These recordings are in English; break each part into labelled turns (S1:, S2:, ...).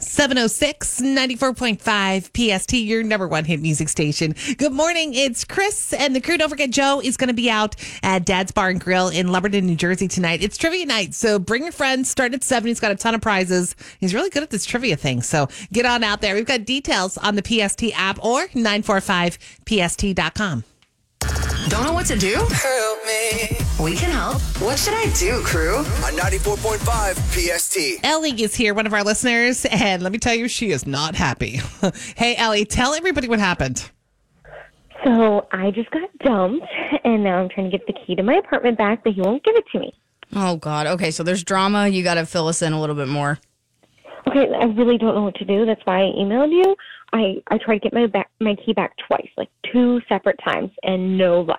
S1: 706 94.5 PST, your number one hit music station. Good morning. It's Chris and the crew. Don't forget, Joe is going to be out at Dad's Bar and Grill in Lumberton, New Jersey tonight. It's trivia night. So bring your friends. Start at 7. He's got a ton of prizes. He's really good at this trivia thing. So get on out there. We've got details on the PST app or 945PST.com.
S2: Don't know what to do? Help me. We can help. What should I do, crew?
S3: on 94.5 PST.
S1: Ellie is here, one of our listeners. And let me tell you, she is not happy. hey, Ellie, tell everybody what happened.
S4: So I just got dumped, and now I'm trying to get the key to my apartment back, but he won't give it to me.
S5: Oh God. Okay, so there's drama. You got to fill us in a little bit more.
S4: Okay, I really don't know what to do. That's why I emailed you. I I tried to get my back my key back twice, like two separate times, and no luck.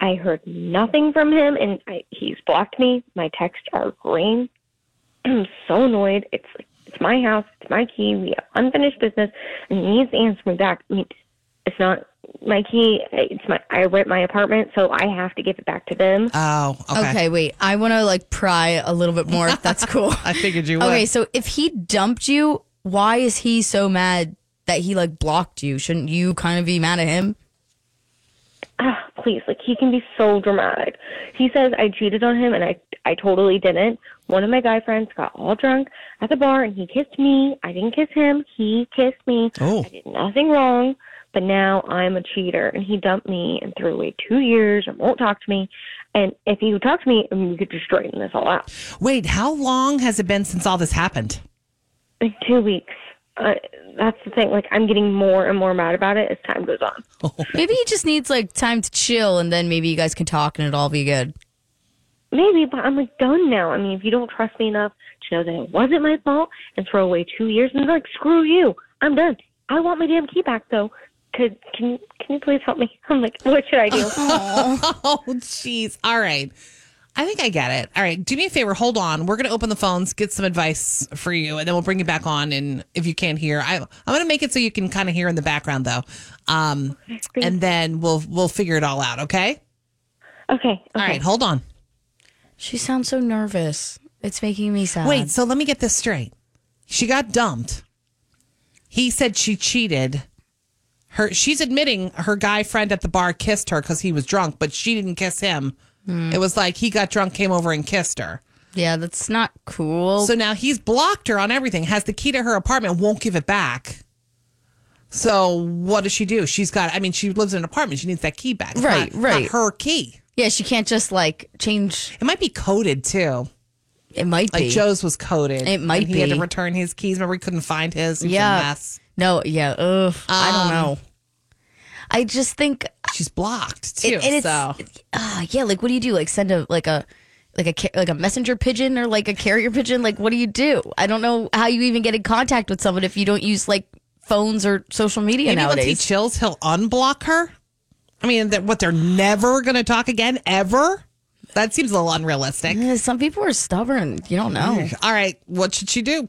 S4: I heard nothing from him, and I, he's blocked me. My texts are green. I'm so annoyed. It's like it's my house, it's my key. We have unfinished business, and he needs to answer me back. I mean, it's not my key. It's my I rent my apartment, so I have to give it back to them.
S1: Oh,
S5: Okay, wait. I want to like pry a little bit more. if That's cool.
S1: I figured you would.
S5: okay, so if he dumped you, why is he so mad that he like blocked you? Shouldn't you kind of be mad at him?
S4: ah, please, like he can be so dramatic. He says I cheated on him and I I totally didn't. One of my guy friends got all drunk at the bar and he kissed me. I didn't kiss him. He kissed me.
S1: Oh.
S4: I did nothing wrong. But now I'm a cheater and he dumped me and threw away two years and won't talk to me. And if he would talk to me, I mean, we could just straighten this all out.
S1: Wait, how long has it been since all this happened?
S4: Like two weeks. Uh, that's the thing. Like I'm getting more and more mad about it as time goes on.
S5: Maybe he just needs like time to chill, and then maybe you guys can talk, and it'll all be good.
S4: Maybe, but I'm like done now. I mean, if you don't trust me enough to know that it wasn't my fault and throw away two years and like screw you, I'm done. I want my damn key back though. Could can you can you please help me? I'm like, what should I do?
S1: Oh, jeez. All right. I think I get it. All right. Do me a favor. Hold on. We're going to open the phones, get some advice for you, and then we'll bring you back on. And if you can't hear, I, I'm going to make it so you can kind of hear in the background, though. Um, and then we'll we'll figure it all out. Okay?
S4: okay,
S1: All
S4: okay.
S1: right. Hold on.
S5: She sounds so nervous. It's making me sad.
S1: Wait. So let me get this straight. She got dumped. He said she cheated. Her she's admitting her guy friend at the bar kissed her because he was drunk, but she didn't kiss him. It was like he got drunk, came over and kissed her.
S5: Yeah, that's not cool.
S1: So now he's blocked her on everything, has the key to her apartment, won't give it back. So what does she do? She's got, I mean, she lives in an apartment. She needs that key back. It's
S5: Right,
S1: not-
S5: right.
S1: not her key.
S5: yeah, she can't just like change.
S1: It might be coded too.
S5: It might
S1: Like
S5: be.
S1: Joe's was coded.
S5: It might
S1: and He had to
S5: be.
S1: return his keys. Remember, he couldn't find his. It was a
S5: Yeah.
S1: mess.
S5: No, yeah. Ugh, I
S1: Um,
S5: don't know. I just think
S1: She's blocked too.
S5: it, and it's
S1: so.
S5: uh, yeah. Like, what do you do? Like, send a like a like a ca- like a messenger pigeon or like a carrier pigeon. Like, what do you do? I don't know how you even get in contact with someone if you don't use like phones or social media
S1: Maybe once he
S5: nowadays.
S1: chills, he'll unblock her. I mean, that what they're never going to talk again, ever? That seems a little unrealistic.
S5: Yeah, Some people are stubborn. You don't know.
S1: All right. What should she do?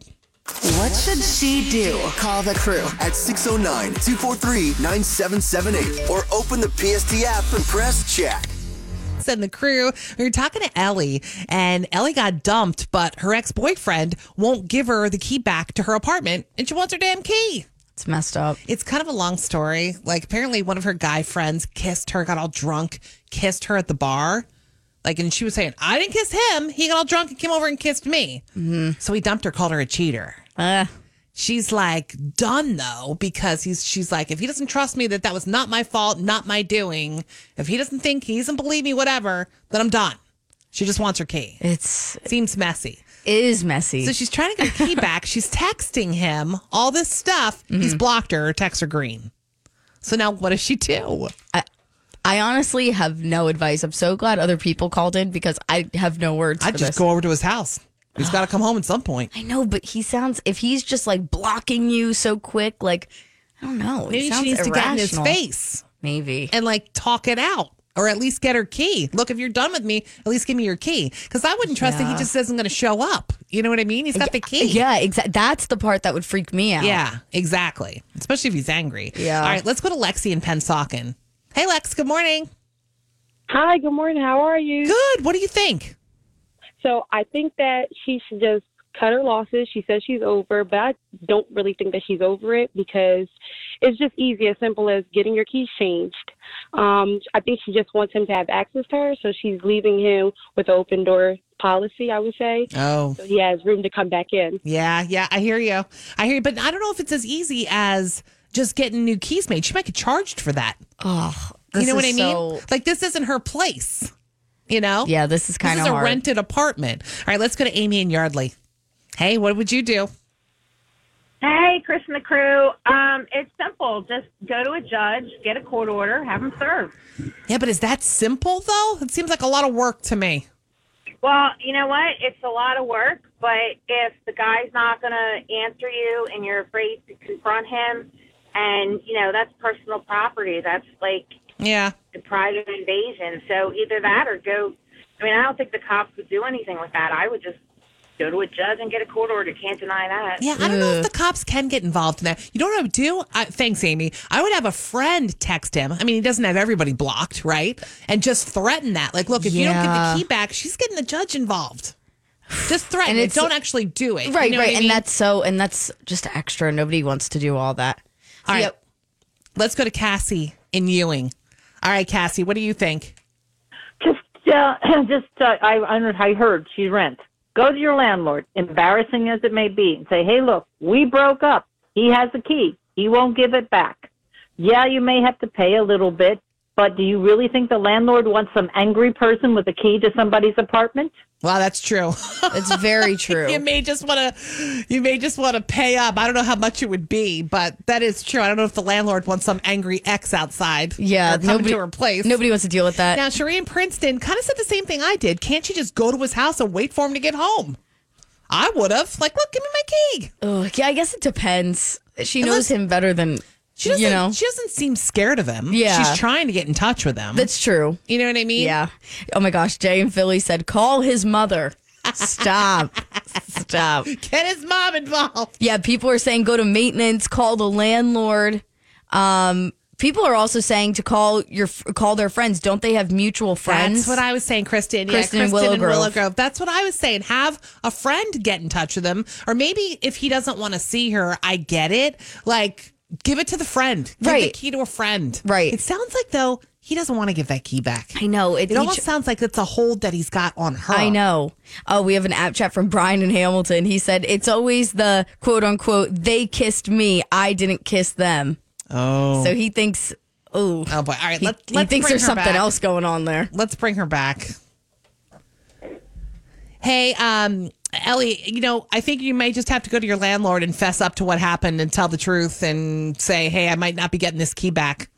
S2: What should she do? Call the crew.
S3: At 609 243 9778 or open the PST app and press chat.
S1: and the crew. We were talking to Ellie, and Ellie got dumped, but her ex boyfriend won't give her the key back to her apartment, and she wants her damn key.
S5: It's messed up.
S1: It's kind of a long story. Like, apparently, one of her guy friends kissed her, got all drunk, kissed her at the bar. Like, and she was saying, I didn't kiss him. He got all drunk and came over and kissed me. So he dumped her, called her a cheater.
S5: Uh,
S1: She's like done though because he's she's like if he doesn't trust me that that was not my fault, not my doing. If he doesn't think he doesn't believe me, whatever, then I'm done. She just wants her key.
S5: it's
S1: Seems messy.
S5: it is messy.
S1: So she's trying to get her key back. She's texting him all this stuff. He's blocked her. Her texts are green. So now what does she do?
S5: I honestly have no advice. I'm so glad other people called in because I have no words.
S1: I
S5: for
S1: just
S5: this.
S1: go over to his house. He's got to come home at some point.
S5: I know, but he sounds if he's just like blocking you so quick, like I don't know. it
S1: Maybe she
S5: sounds
S1: needs to get in his
S5: irrational.
S1: face
S5: Maybe.
S1: and like talk it out. Or at least get her key. Look, if you're done with me, at least give me your key. Because I wouldn't trust that he
S5: Yeah.
S1: just isn't going to show up. You know what I mean? He's got the key.
S5: Yeah, exactly. That's the part that would freak me out.
S1: Yeah, exactly. Especially if he's angry.
S5: Yeah.
S1: All right, let's go to Lexi in Pensauken. Hey, Lex, good morning.
S6: Hi, good morning. How are you?
S1: Good. What do you think?
S6: So I think that she should just cut her losses. She says she's over, but I don't really think that she's over it because it's just easy, as simple as getting your keys changed. Um, I think she just wants him to have access to her, so she's leaving him with an open door policy, I would say.
S1: Oh.
S6: So he has room to come back in.
S1: Yeah, yeah, I hear you. I hear you, but I don't know if it's as easy as just getting new keys made. She might get charged for that.
S5: Oh,
S1: You
S5: this
S1: know what I
S5: is
S1: mean?
S5: so-
S1: Like this isn't her place. You know?
S5: yeah, this is kind
S1: this
S5: of
S1: is a
S5: hard.
S1: rented apartment. All right, let's go to Amy and Yardley. Hey, what would you do?
S7: Hey, Chris and the crew. Um, it's simple. Just go to a judge, get a court order, have them served.
S1: Yeah, but is that simple though? It seems like a lot of work to me.
S7: Well, you know what? It's a lot of work, but if the guy's not going to answer you and you're afraid to confront him, and, you know, that's personal property. That's like
S1: Yeah.
S7: the private invasion. So either that or go. I mean, I don't think the cops would do anything with that. I would just go to a judge and get a court order. Can't deny that.
S1: Yeah, I don't know if the cops can get involved in that. You know what I would do? I, thanks, Amy. I would have a friend text him. I mean, he doesn't have everybody blocked, right? And just threaten that. Like, look, if you don't get
S5: Yeah.
S1: the key back, she's getting the judge involved. Just threaten
S5: And
S1: it.
S5: it's-
S1: Don't actually do it. You
S5: right,
S1: know what
S5: right,
S1: I mean?
S5: and that's so, and that's just extra. Nobody wants to do all that.
S1: All right.
S5: Yep.
S1: Let's go to Cassie in Ewing. All right, Cassie, what do you think?
S8: Just, uh, just uh, I, I don't- I heard she rent. Go to your landlord, embarrassing as it may be, and say, "Hey, look, we broke up. He has the key. He won't give it back. Yeah, you may have to pay a little bit, but do you really think the landlord wants some angry person with a key to somebody's apartment?"
S1: Wow, that's true.
S5: It's very true.
S1: you may just want to, you may just want to pay up. I don't know how much it would be, but that is true. I don't know if the landlord wants some angry ex outside.
S5: yeah,
S1: or coming
S5: nobody,
S1: to her place.
S5: Nobody wants to deal with that.
S1: Now, Sheree in Princeton kind of said the same thing I did. Can't she just go to his house and wait for him to get home? I would have. Like, look, give me my key.
S5: Ugh, yeah, I guess it depends. She knows him better than
S1: She doesn't,
S5: you know.
S1: she doesn't seem scared of him.
S5: Yeah.
S1: She's trying to get in touch with him.
S5: That's true.
S1: you know what I mean?
S5: Yeah. Oh my gosh, Jay and Philly said call his mother. Stop. Stop.
S1: Get his mom involved.
S5: Yeah, people are saying go to maintenance, call the landlord. Um, people are also saying to call your call their friends. Don't they have mutual friends?
S1: That's what I was saying, Kristen.
S5: Kristen
S1: yeah,
S5: and
S1: Kristen and
S5: Willow
S1: Willow
S5: Grove.
S1: Grove. That's what I was saying. Have a friend get in touch with him. Or maybe if he doesn't want to see her, I get it. Like, give it to the friend. Give the
S5: Right.
S1: key to a friend.
S5: Right.
S1: It sounds like, though, he doesn't want to give that key back.
S5: I know. It,
S1: It
S5: each-
S1: almost sounds like it's a hold that he's got on her.
S5: I know. Oh, we have an app chat from Brian in Hamilton. He said it's always the quote unquote they kissed me, I didn't kiss them.
S1: Oh.
S5: So he thinks, oh,
S1: oh boy. All right.
S5: he,
S1: Let,
S5: he
S1: let's
S5: thinks
S1: bring
S5: there's
S1: her
S5: something
S1: back.
S5: else going on there.
S1: Let's bring her back. Hey, um, Ellie, you know, I think you may just have to go to your landlord and fess up to what happened and tell the truth and say, hey, I might not be getting this key back.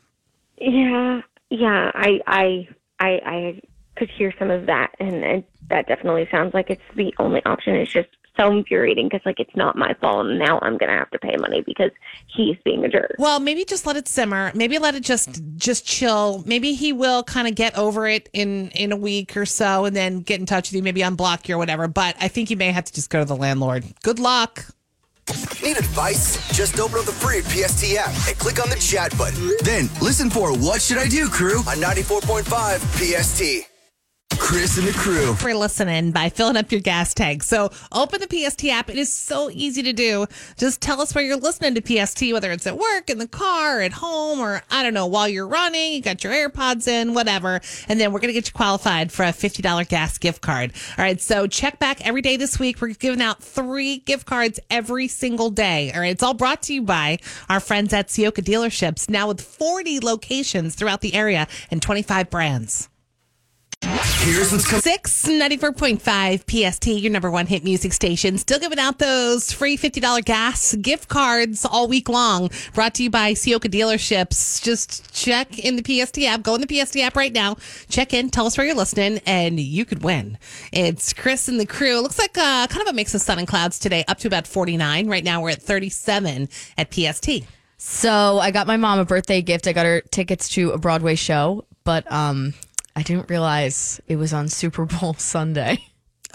S4: Yeah, yeah, I, I, I, I could hear some of that, and, and that definitely sounds like it's the only option. It's just so infuriating because, like, it's not my fault, and now I'm gonna have to pay money because he's being a jerk.
S1: Well, maybe just let it simmer. Maybe let it just just chill. Maybe he will kind of get over it in in a week or so and then get in touch with you, maybe unblock you or whatever. But I think you may have to just go to the landlord. Good luck.
S3: Need advice? Just open up the free PST app and click on the chat button. Then listen for What Should I Do, Crew on 94.5 PST. Chris and the crew.
S1: for listening by filling up your gas tank. So open the PST app. It is so easy to do. Just tell us where you're listening to PST, whether it's at work, in the car, at home, or I don't know, while you're running, you got your AirPods in, whatever. And then we're going to get you qualified for a $50 gas gift card. All right. So check back every day this week. We're giving out three gift cards every single day. All right. It's all brought to you by our friends at Sioka Dealerships, now with 40 locations throughout the area and 25 brands.
S3: Here's what's coming.
S1: Six ninety four point five PST, your number one hit music station. Still giving out those free $50 gas gift cards all week long. Brought to you by Sioka Dealerships. Just check in the PST app. Go in the PST app right now. Check in. Tell us where you're listening, and you could win. It's Chris and the crew. Looks like uh, kind of a mix of sun and clouds today, up to about 49. Right now, we're at 37 at PST.
S5: So I got my mom a birthday gift. I got her tickets to a Broadway show, but um, I didn't realize it was on Super Bowl Sunday.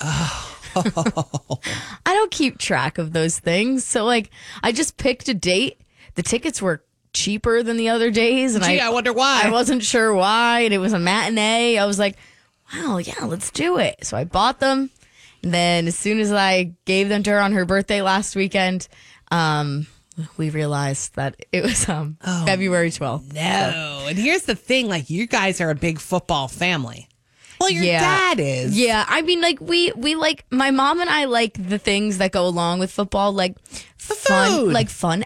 S1: Oh.
S5: I don't keep track of those things. So like, I just picked a date. The tickets were cheaper than the other days, and
S1: Gee, I wonder why.
S5: I wasn't sure why, and it was a matinee. I was like, wow, yeah, let's do it. So I bought them. Then, as soon as I gave them to her on her birthday last weekend, um, we realized that it was um, February 12th.
S1: No. Oh, And here's the thing like, you guys are a big football family. Well, your
S5: Yeah.
S1: dad is.
S5: Yeah, I mean, like we we like my mom and I like the things that go along with football, like fun,
S1: food.
S5: like fun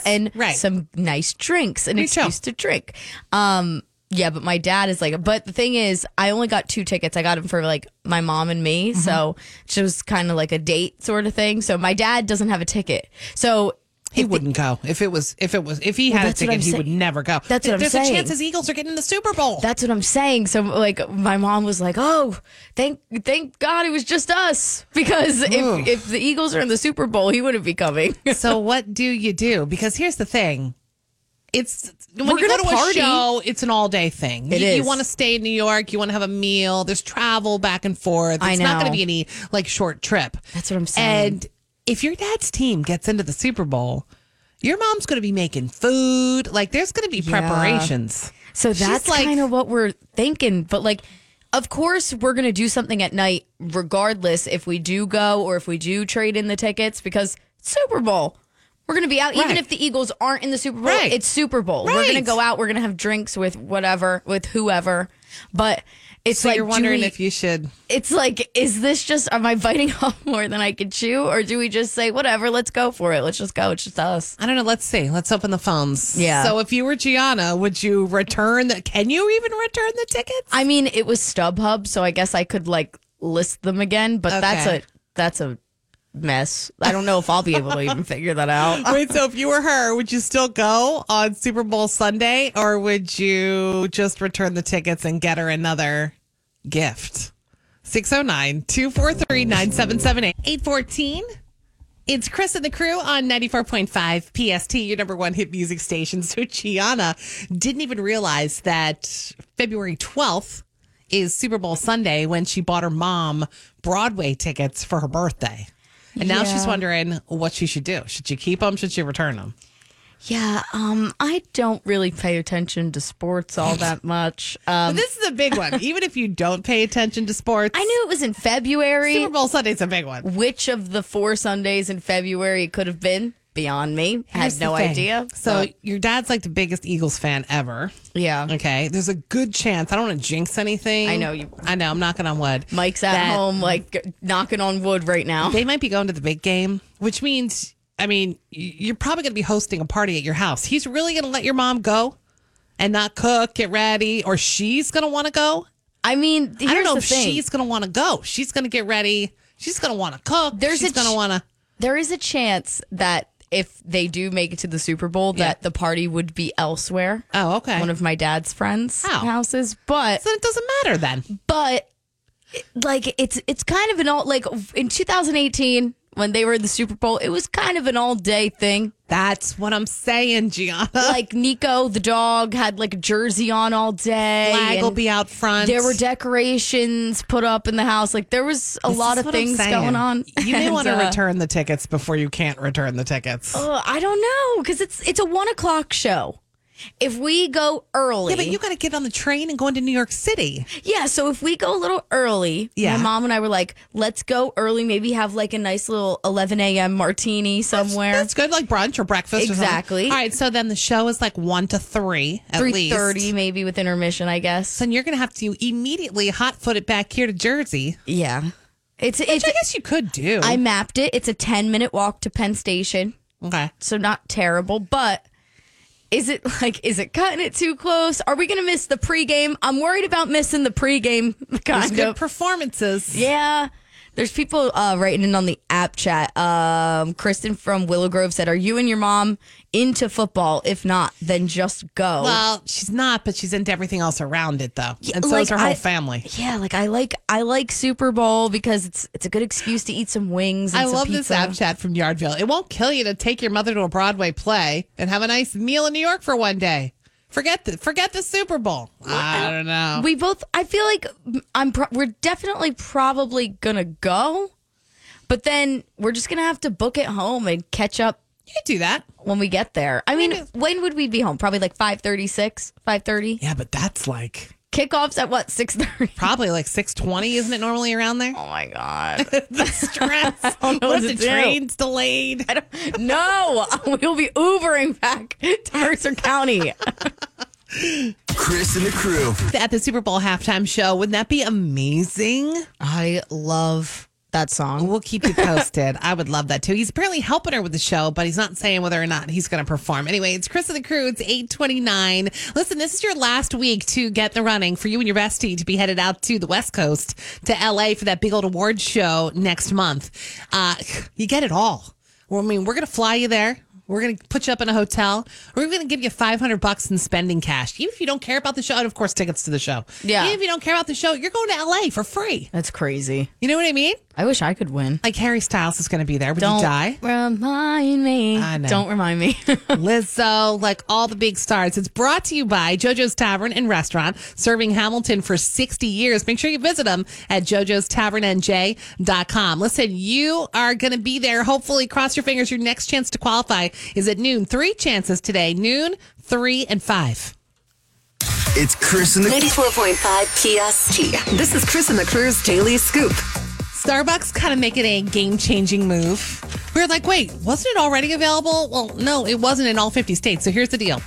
S1: parties.
S5: and
S1: Right.
S5: some nice drinks, an
S1: Me too.
S5: excuse to drink. Um, yeah, but my dad is like, but the thing is, I only got two tickets. I got them for like my mom and me,
S1: Mm-hmm.
S5: so it was kind of like a date sort of thing. So my dad doesn't have a ticket, so
S1: He wouldn't go if it was if it was if he had a
S5: that's what
S1: ticket
S5: I'm
S1: he would
S5: saying.
S1: never go.
S5: That's what I'm
S1: There's a
S5: saying.
S1: chance his Eagles are getting the Super Bowl.
S5: That's what I'm saying. So like my mom was like, "Oh, thank thank God it was just us because if if the Eagles are in the Super Bowl, he wouldn't be coming."
S1: so what do you do? Because here's the thing. It's when
S5: We're
S1: you go
S5: gonna
S1: to
S5: party.
S1: a show, it's an all day thing.
S5: It
S1: you
S5: is.
S1: want to stay in New York, you want to have a meal, there's travel back and forth. It's
S5: I
S1: not gonna
S5: know.
S1: be any like short trip.
S5: That's what I'm saying.
S1: And if your dad's team gets into the Super Bowl, your mom's gonna be making food. Like there's gonna be preparations.
S5: so that's
S1: like-
S5: kind of what we're thinking, but like of course we're going to do something at night regardless if we do go or if we do trade in the tickets because Super Bowl. We're going to be out even
S1: Right.
S5: if the Eagles aren't in the Super Bowl.
S1: Right.
S5: It's Super Bowl. We're going to
S1: Right.
S5: go out, we're going to have drinks with whatever, with whoever. But it's
S1: So
S5: like
S1: you're
S5: do
S1: wondering
S5: we-
S1: if you should
S5: it's like, is this just, am I biting off more than I could chew? Or do we just say, whatever, let's go for it? Let's just go. It's just us.
S1: I don't know. Let's see. Let's open the phones.
S5: Yeah.
S1: So if you were Gianna, would you return the? Can you even return the tickets?
S5: I mean, it was StubHub, so I guess I could like list them again, but that's
S1: Okay.
S5: a, that's a mess. I don't know if I'll be able to even figure that out.
S1: Wait. So if you were her, would you still go on Super Bowl Sunday, or would you just return the tickets and get her another gift? 609-243-9778. 814. It's Chris and the crew on 94.5 PST, your number one hit music station. So Gianna didn't even realize that February 12th is Super Bowl Sunday when she bought her mom Broadway tickets for her birthday. And now she's
S5: Yeah.
S1: wondering what she should do. Should she keep them? Should she return them?
S5: Yeah. Um, I don't really pay attention to sports all that much. Um,
S1: This is a big one. Even if you don't pay attention to sports,
S5: I knew it was in February.
S1: Super Bowl Sunday's a big one.
S5: Which of the four Sundays in February it could have been? Beyond me.
S1: Here's
S5: Had no
S1: the thing.
S5: idea.
S1: So your dad's like the biggest Eagles fan ever.
S5: yeah.
S1: Okay, there's a good chance. I don't want to jinx anything.
S5: I know you-
S1: I know. I'm knocking on wood.
S5: Mike's at
S1: That
S5: home, like knocking on wood right now.
S1: They might be going to the big game, which means, I mean, y- you're probably going to be hosting a party at your house. He's really going to let your mom go and not cook, get ready, or she's going to want to go.
S5: I mean, here's
S1: I don't know
S5: the
S1: if
S5: thing.
S1: she's going to want to go. She's going to get ready. She's going to want to cook.
S5: There's
S1: she's
S5: a
S1: going to
S5: ch-
S1: want to.
S5: there is a chance that if they do make it to the Super Bowl, that the party would be elsewhere.
S1: Oh, okay.
S5: One of my dad's friends'
S1: Oh.
S5: houses, but
S1: so it doesn't matter then.
S5: but it- like it's it's kind of an all like in 2018 when they were in the Super Bowl, it was kind of an all day thing.
S1: That's what I'm saying, Gianna.
S5: Like Nico the dog had like a jersey on all day.
S1: Flag will
S5: and-
S1: be out front.
S5: There were decorations put up in the house. Like there was a
S1: This
S5: lot
S1: is
S5: of
S1: what I'm
S5: things
S1: saying.
S5: going on.
S1: You may
S5: And,
S1: want to
S5: uh,
S1: return the tickets before you can't return the tickets.
S5: uh, I don't know because it's it's a one o'clock show. If we go early,
S1: yeah, but you got to get on the train and go into New York City.
S5: Yeah, so if we go a little early,
S1: Yeah.
S5: my mom and I were like, let's go early. Maybe have like a nice little eleven a.m. martini somewhere.
S1: That's good, like brunch or breakfast. or something.
S5: Exactly.
S1: All right, so then the show is like one to three at
S5: Three
S1: least.
S5: thirty, maybe with intermission, I guess.
S1: So you're gonna have to immediately hot foot it back here to Jersey,
S5: Yeah, it's
S1: which
S5: it's.
S1: I guess you could do.
S5: I mapped it. It's a ten minute walk to Penn Station.
S1: okay.
S5: so not terrible, but is it like is it cutting it too close? Are we going to miss the pregame? I'm worried about missing the pregame
S1: There's
S5: kind
S1: good
S5: of.
S1: performances.
S5: yeah. There's people uh, writing in on the app chat. Um, Kristen from Willow Grove said, "Are you and your mom into football? If not, then just go."
S1: Well, she's not, but she's into everything else around it though, and so
S5: like,
S1: is her whole
S5: I-
S1: family.
S5: yeah, like I like I like Super Bowl because it's it's a good excuse to eat some wings. And
S1: I
S5: some
S1: love this
S5: pizza.
S1: app chat from Yardville. It won't kill you to take your mother to a Broadway play and have a nice meal in New York for one day. Forget the forget the Super Bowl. I don't know.
S5: We both. I feel like I'm. Pro- we're definitely probably gonna go, but then we're just gonna have to book it home and catch up
S1: You could do that.
S5: when we get there. I mean,
S1: Maybe-
S5: when would we be home? Probably like five thirty six, five thirty.
S1: Yeah, but that's like
S5: Kickoffs at what six thirty?
S1: Probably like 620, isn't it normally around there?
S5: Oh my god.
S1: the stress.
S5: know
S1: what
S5: what
S1: if
S5: to
S1: the
S5: do.
S1: train's delayed?
S5: I don't- no, we'll be Ubering back to Mercer County.
S3: Chris and the crew.
S1: At the Super Bowl halftime show, wouldn't that be amazing?
S5: I love that song.
S1: We'll keep you posted. I would love that too. He's apparently helping her with the show, but he's not saying whether or not he's going to perform. Anyway, it's Chris and the crew. It's 829. Listen, this is your last week to get the running for you and your bestie to be headed out to the West Coast to LA for that big old awards show next month. Uh, you get it all. Well, I mean, we're going to fly you there. We're going to put you up in a hotel. We're going to give you 500 bucks in spending cash. Even if you don't care about the show, and of course, tickets to the show.
S5: Yeah.
S1: Even if you don't care about the show, you're going to LA for free.
S5: That's crazy.
S1: You know what I mean?
S5: I wish I could win.
S1: Like Harry Styles is going to be there. Would
S5: Don't
S1: you die?
S5: remind me.
S1: I know.
S5: Don't remind me.
S1: Lizzo, like all the big stars. It's brought to you by JoJo's Tavern and Restaurant, serving Hamilton for 60 years. Make sure you visit them at JoJo's JoJo'sTavernNJ.com. Listen, you are going to be there. Hopefully, cross your fingers. Your next chance to qualify is at noon. Three chances today noon, three, and five.
S3: It's Chris and the
S2: 94.5 PST. This is Chris and the Crew's Daily Scoop.
S1: Starbucks kind of making a game changing move. We were like, wait, wasn't it already available? Well, no, it wasn't in all 50 states. So here's the deal.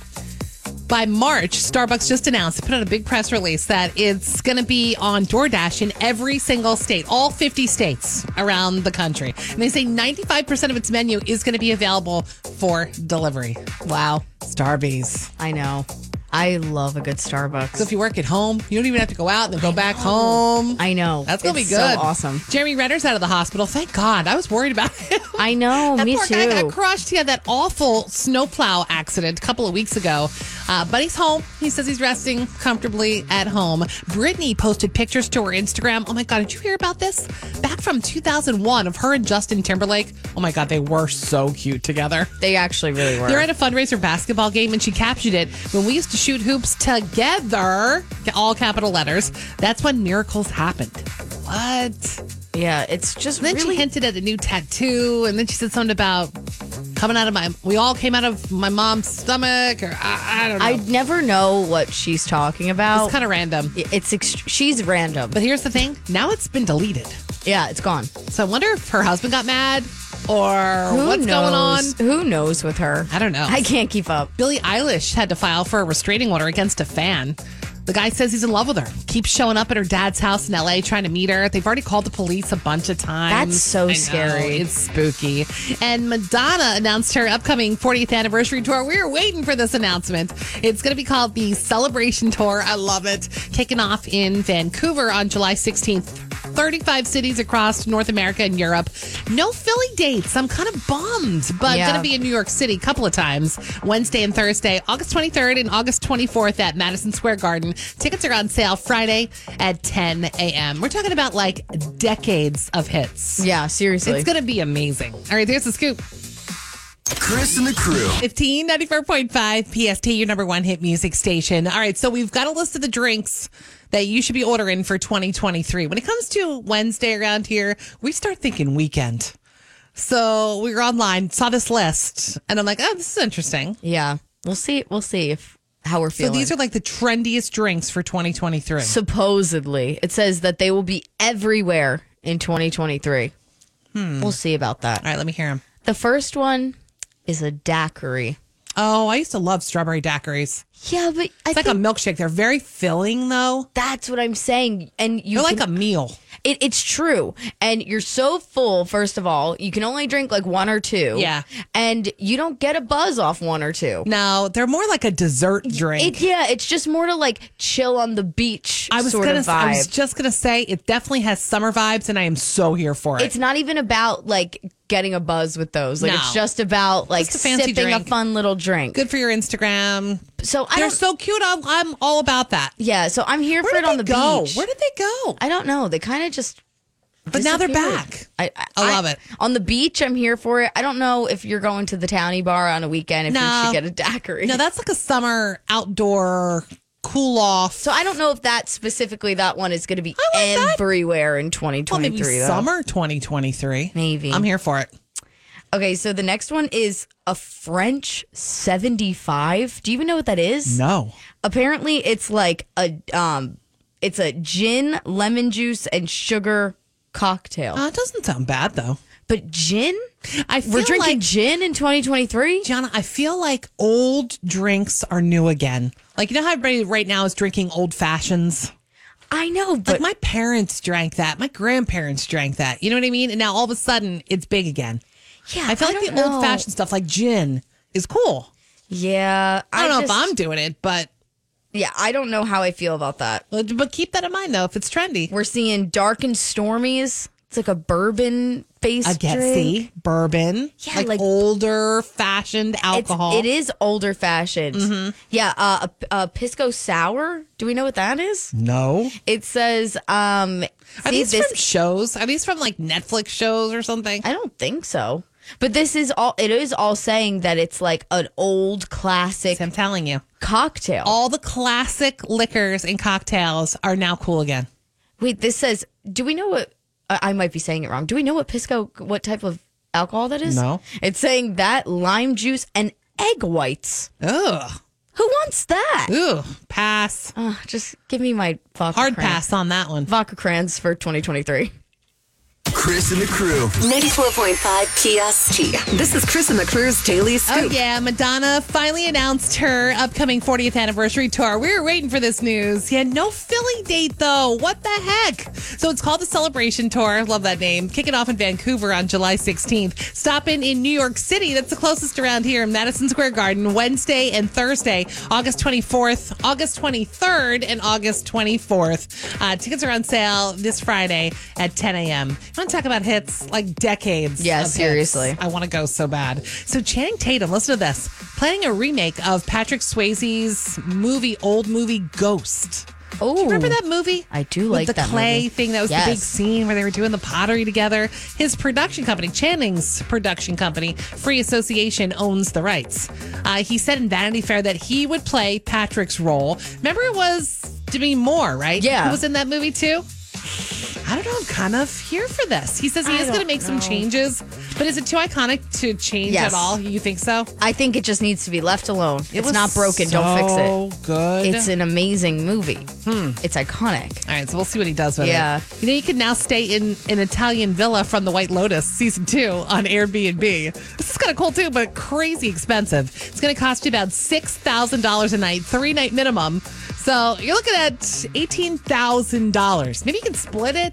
S1: By March, Starbucks just announced, put out a big press release that it's going to be on DoorDash in every single state, all 50 states around the country. And they say 95% of its menu is going to be available for delivery.
S5: wow.
S1: Starbucks.
S5: I know. I love a good Starbucks.
S1: So if you work at home, you don't even have to go out and then go back home.
S5: I know.
S1: That's going to be
S5: It's
S1: good.
S5: so awesome.
S1: Jeremy Renner's out of the hospital. Thank God. I was worried about him.
S5: I know.
S1: That
S5: me
S1: poor
S5: too.
S1: guy got crushed. He had that awful snowplow accident a couple of weeks ago. Uh, but he's home. He says he's resting comfortably at home. Brittany posted pictures to her Instagram. Oh my God, did you hear about this? Back from 2001 of her and Justin Timberlake. Oh my God, they were so cute together.
S5: they actually really were.
S1: They're at a fundraiser basketball game, and she captioned it when we used to shoot hoops together, all capital letters. That's when miracles happened. What?
S5: yeah, it's just
S1: And then
S5: really
S1: she hinted at a new tattoo, and then she said something about coming out of my. We all came out of my mom's stomach, or I, I don't know.
S5: I never know what she's talking about.
S1: it's kind of random.
S5: it's ext- she's random.
S1: But here's the thing: now it's been deleted,
S5: yeah, it's gone.
S1: so I wonder if her husband got mad or
S5: Who
S1: what's going on.
S5: knows? Who knows with her?
S1: I don't know.
S5: I can't keep up.
S1: Billie Eilish had to file for a restraining order against a fan. The guy says he's in love with her. Keeps showing up at her dad's house in LA trying to meet her. They've already called the police a bunch of times.
S5: That's so
S1: I know,
S5: scary.
S1: It's spooky. And Madonna announced her upcoming 40th anniversary tour. We were waiting for this announcement. It's going to be called the Celebration Tour. I love it. Kicking off in Vancouver on July 16th. 35 cities across North America and Europe. No Philly dates. I'm kind of bummed, but
S5: Yeah.
S1: going to be in New York City a couple of times Wednesday and Thursday, August 23rd and August 24th at Madison Square Garden. Tickets are on sale Friday at 10 a.m. We're talking about like decades of hits.
S5: Yeah, seriously.
S1: It's going to be amazing. All right, there's the scoop.
S3: Chris and the crew.
S1: 15 94.5 PST, your number one hit music station. All right, so we've got a list of the drinks that you should be ordering for 2023. When it comes to Wednesday around here, we start thinking weekend. So we were online, saw this list, and I'm like, oh, this is interesting.
S5: yeah, we'll see. We'll see if how we're
S1: So
S5: feeling.
S1: these are like the trendiest drinks for 2023.
S5: supposedly. It says that they will be everywhere in 2023. We'll see about that.
S1: Hmm. All right, let me hear them.
S5: The first one is a daiquiri.
S1: Oh, I used to love strawberry daiquiris.
S5: Yeah, but I
S1: It's like
S5: think
S1: a milkshake. They're very filling, though.
S5: that's what I'm saying. And you
S1: They're like
S5: can-
S1: a meal.
S5: It, it's true. And you're so full, first of all, you can only drink like one or two.
S1: Yeah.
S5: And you don't get a buzz off one or two.
S1: No, they're more like a dessert drink.
S5: It, yeah, it's just more to like chill on the beach
S1: I was
S5: sort
S1: gonna.
S5: of vibe.
S1: I was just gonna say it definitely has summer vibes, and I am so here for it.
S5: it's not even about like getting a buzz with those. Like
S1: No.
S5: it's just about like
S1: Just a fancy
S5: sipping
S1: drink.
S5: a fun little drink.
S1: good for your Instagram.
S5: So I
S1: They're
S5: don't.
S1: so cute. I'm, I'm all about that.
S5: yeah. So I'm here for
S1: Where
S5: it
S1: did
S5: on
S1: they
S5: the
S1: go?
S5: beach.
S1: Where did they go?
S5: I don't know. They kind of just.
S1: But now they're
S5: disappeared.
S1: back.
S5: I, I,
S1: I love it.
S5: On the beach, I'm here for it. I don't know if you're going to the towny bar on a weekend if
S1: No.
S5: you should get a daiquiri.
S1: No, that's like a summer outdoor cool off.
S5: so I don't know if that specifically that one is going to be
S1: I like that.
S5: everywhere in
S1: well, maybe
S5: 2023. though.
S1: summer 2023.
S5: Maybe.
S1: I'm here for it.
S5: Okay, so the next one is a French 75. Do you even know what that is?
S1: No.
S5: Apparently, it's like a um it's a gin, lemon juice and sugar cocktail.
S1: Uh, it doesn't sound bad though.
S5: but gin?
S1: I feel
S5: We're drinking
S1: like,
S5: gin in 2023?
S1: Gianna, I feel like old drinks are new again. Like, you know how everybody right now is drinking old fashions?
S5: I know,
S1: Like,
S5: but
S1: my parents drank that. My grandparents drank that. You know what I mean? And now all of a sudden, it's big again.
S5: yeah,
S1: I feel like
S5: don't
S1: the
S5: know.
S1: old fashioned stuff, like gin, is cool.
S5: Yeah,
S1: I don't know
S5: just-
S1: if I'm doing it, but
S5: Yeah, I don't know how I feel about that.
S1: but keep that in mind though. If it's trendy,
S5: We're seeing dark and stormies. It's like a bourbon based
S1: I get
S5: drink.
S1: see bourbon,
S5: Yeah,
S1: like,
S5: like-
S1: older fashioned
S5: It's,
S1: alcohol. Mm-hmm.
S5: it is older fashioned. Yeah, uh, a, a pisco sour. Do we know what that is?
S1: No,
S5: It says, um,
S1: are
S5: see
S1: these from shows? Are these from like Netflix shows or something?
S5: I don't think so. But this is all. It is all saying that it's like an old classic
S1: I'm telling you,
S5: cocktail.
S1: all the classic liquors and cocktails are now cool again.
S5: Wait, this says. Do we know what? I I might be saying it wrong. Do we know what pisco? What type of alcohol that is?
S1: No.
S5: It's saying that lime juice and egg whites.
S1: Ugh,
S5: Who wants that?
S1: ooh, pass,
S5: Ugh, just give me my vodka
S1: hard
S5: cran-
S1: pass on that one.
S5: Vodka crayons for 2023.
S3: Chris and the crew.
S2: 94.5 PST. This is Chris and the Crew's Daily
S1: Oh
S2: Scoop.
S1: yeah, Madonna finally announced her upcoming 40th anniversary tour. We were waiting for this news. Yeah, no Philly date though. What the heck? So it's called the Celebration Tour. Love that name. Kicking off in Vancouver on July 16th. Stopping in New York City. That's the closest around here in Madison Square Garden. Wednesday and Thursday, August 24th, August 23rd, and August 24th. Uh, tickets are on sale this Friday at 10 a.m. I want to talk about hits like decades.
S5: Yeah,
S1: of hits.
S5: seriously.
S1: I want to go so bad. So Channing Tatum, listen to this, planning a remake of Patrick Swayze's movie, old movie Ghost.
S5: Oh,
S1: Remember that movie?
S5: I do
S1: With
S5: like
S1: the
S5: that
S1: clay
S5: movie.
S1: thing. That was the big
S5: Yes.
S1: scene where they were doing the pottery together. His production company, Channing's production company, Free Association, owns the rights. Uh, he said in Vanity Fair that he would play Patrick's role. Remember, it was Demi Moore, right?
S5: Yeah.
S1: who was in that movie too. I don't know. I'm kind of here for this. He says he
S5: I
S1: is going to
S5: don't
S1: make some
S5: know.
S1: changes, but is it too iconic to change
S5: Yes.
S1: at all? You think so?
S5: I think it just needs to be left alone. it's
S1: was
S5: not broken. don't fix it.
S1: so Good. Hmm.
S5: It's an amazing movie. It's iconic.
S1: All right, so we'll see what he does with
S5: Yeah.
S1: it. You know, you can now stay in an Italian villa from The White Lotus season two on Airbnb. This is kind of cool too, but crazy expensive. It's going to cost you about six thousand dollars a night, three night minimum. So you're looking at eighteen thousand dollars. Maybe you can split it.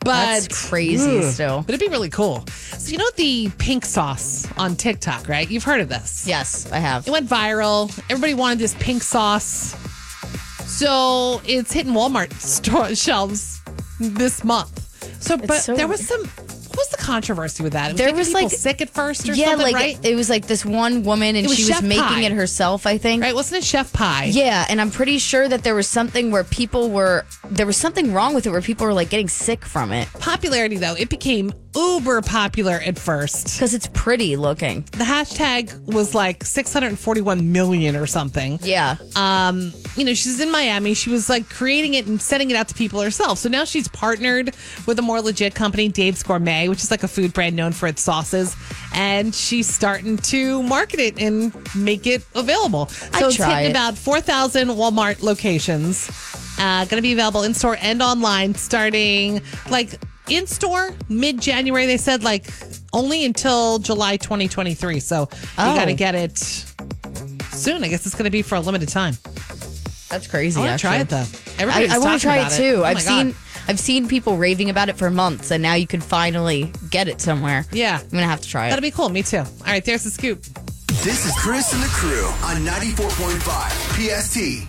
S1: But
S5: That's crazy
S1: Ugh.
S5: still.
S1: But it'd be really cool. So you know the pink sauce on TikTok, right? You've heard of this.
S5: Yes, I have.
S1: It went viral. Everybody wanted this pink sauce. So it's hitting Walmart store shelves this month. So, but
S5: so
S1: there was
S5: weird.
S1: some. What was the controversy with that? It was
S5: There
S1: making
S5: was,
S1: people
S5: like-
S1: sick at first or
S5: yeah,
S1: something,
S5: like
S1: right?
S5: it was like this one woman and
S1: It was
S5: she was
S1: Chef
S5: making
S1: Pie.
S5: it herself, I think.
S1: right? Wasn't it Chef Pie?
S5: Yeah, and I'm pretty sure that there was something where people were there was something wrong with it where people were like getting sick from it
S1: Popularity though, it became uber popular at first.
S5: because it's pretty looking.
S1: The hashtag was like 641 million or something.
S5: Yeah.
S1: um, you know, she's in Miami. She was like creating it and sending it out to people herself. So now she's partnered with a more legit company, Dave's Gourmet, which is like a food brand known for its sauces. And she's starting to market it and make it available. So
S5: I'd
S1: it's
S5: try
S1: hitting
S5: it.
S1: about 4,000 Walmart locations. Uh, going to be available in store and online starting like in store mid January. They said like only until July 2023. So you
S5: Oh.
S1: got to get it soon. I guess it's going to be for a limited time.
S5: That's crazy.
S1: I want to
S5: actually.
S1: try it though.
S5: I,
S1: Everybody's
S5: I
S1: want to
S5: try it too. I've seen
S1: Oh God.
S5: I've seen people raving about it for months and now you can finally get it somewhere.
S1: Yeah.
S5: I'm gonna have to try it.
S1: That'll be cool. Me too. All right, there's the scoop.
S3: This is Chris and the crew on 94.5 PST.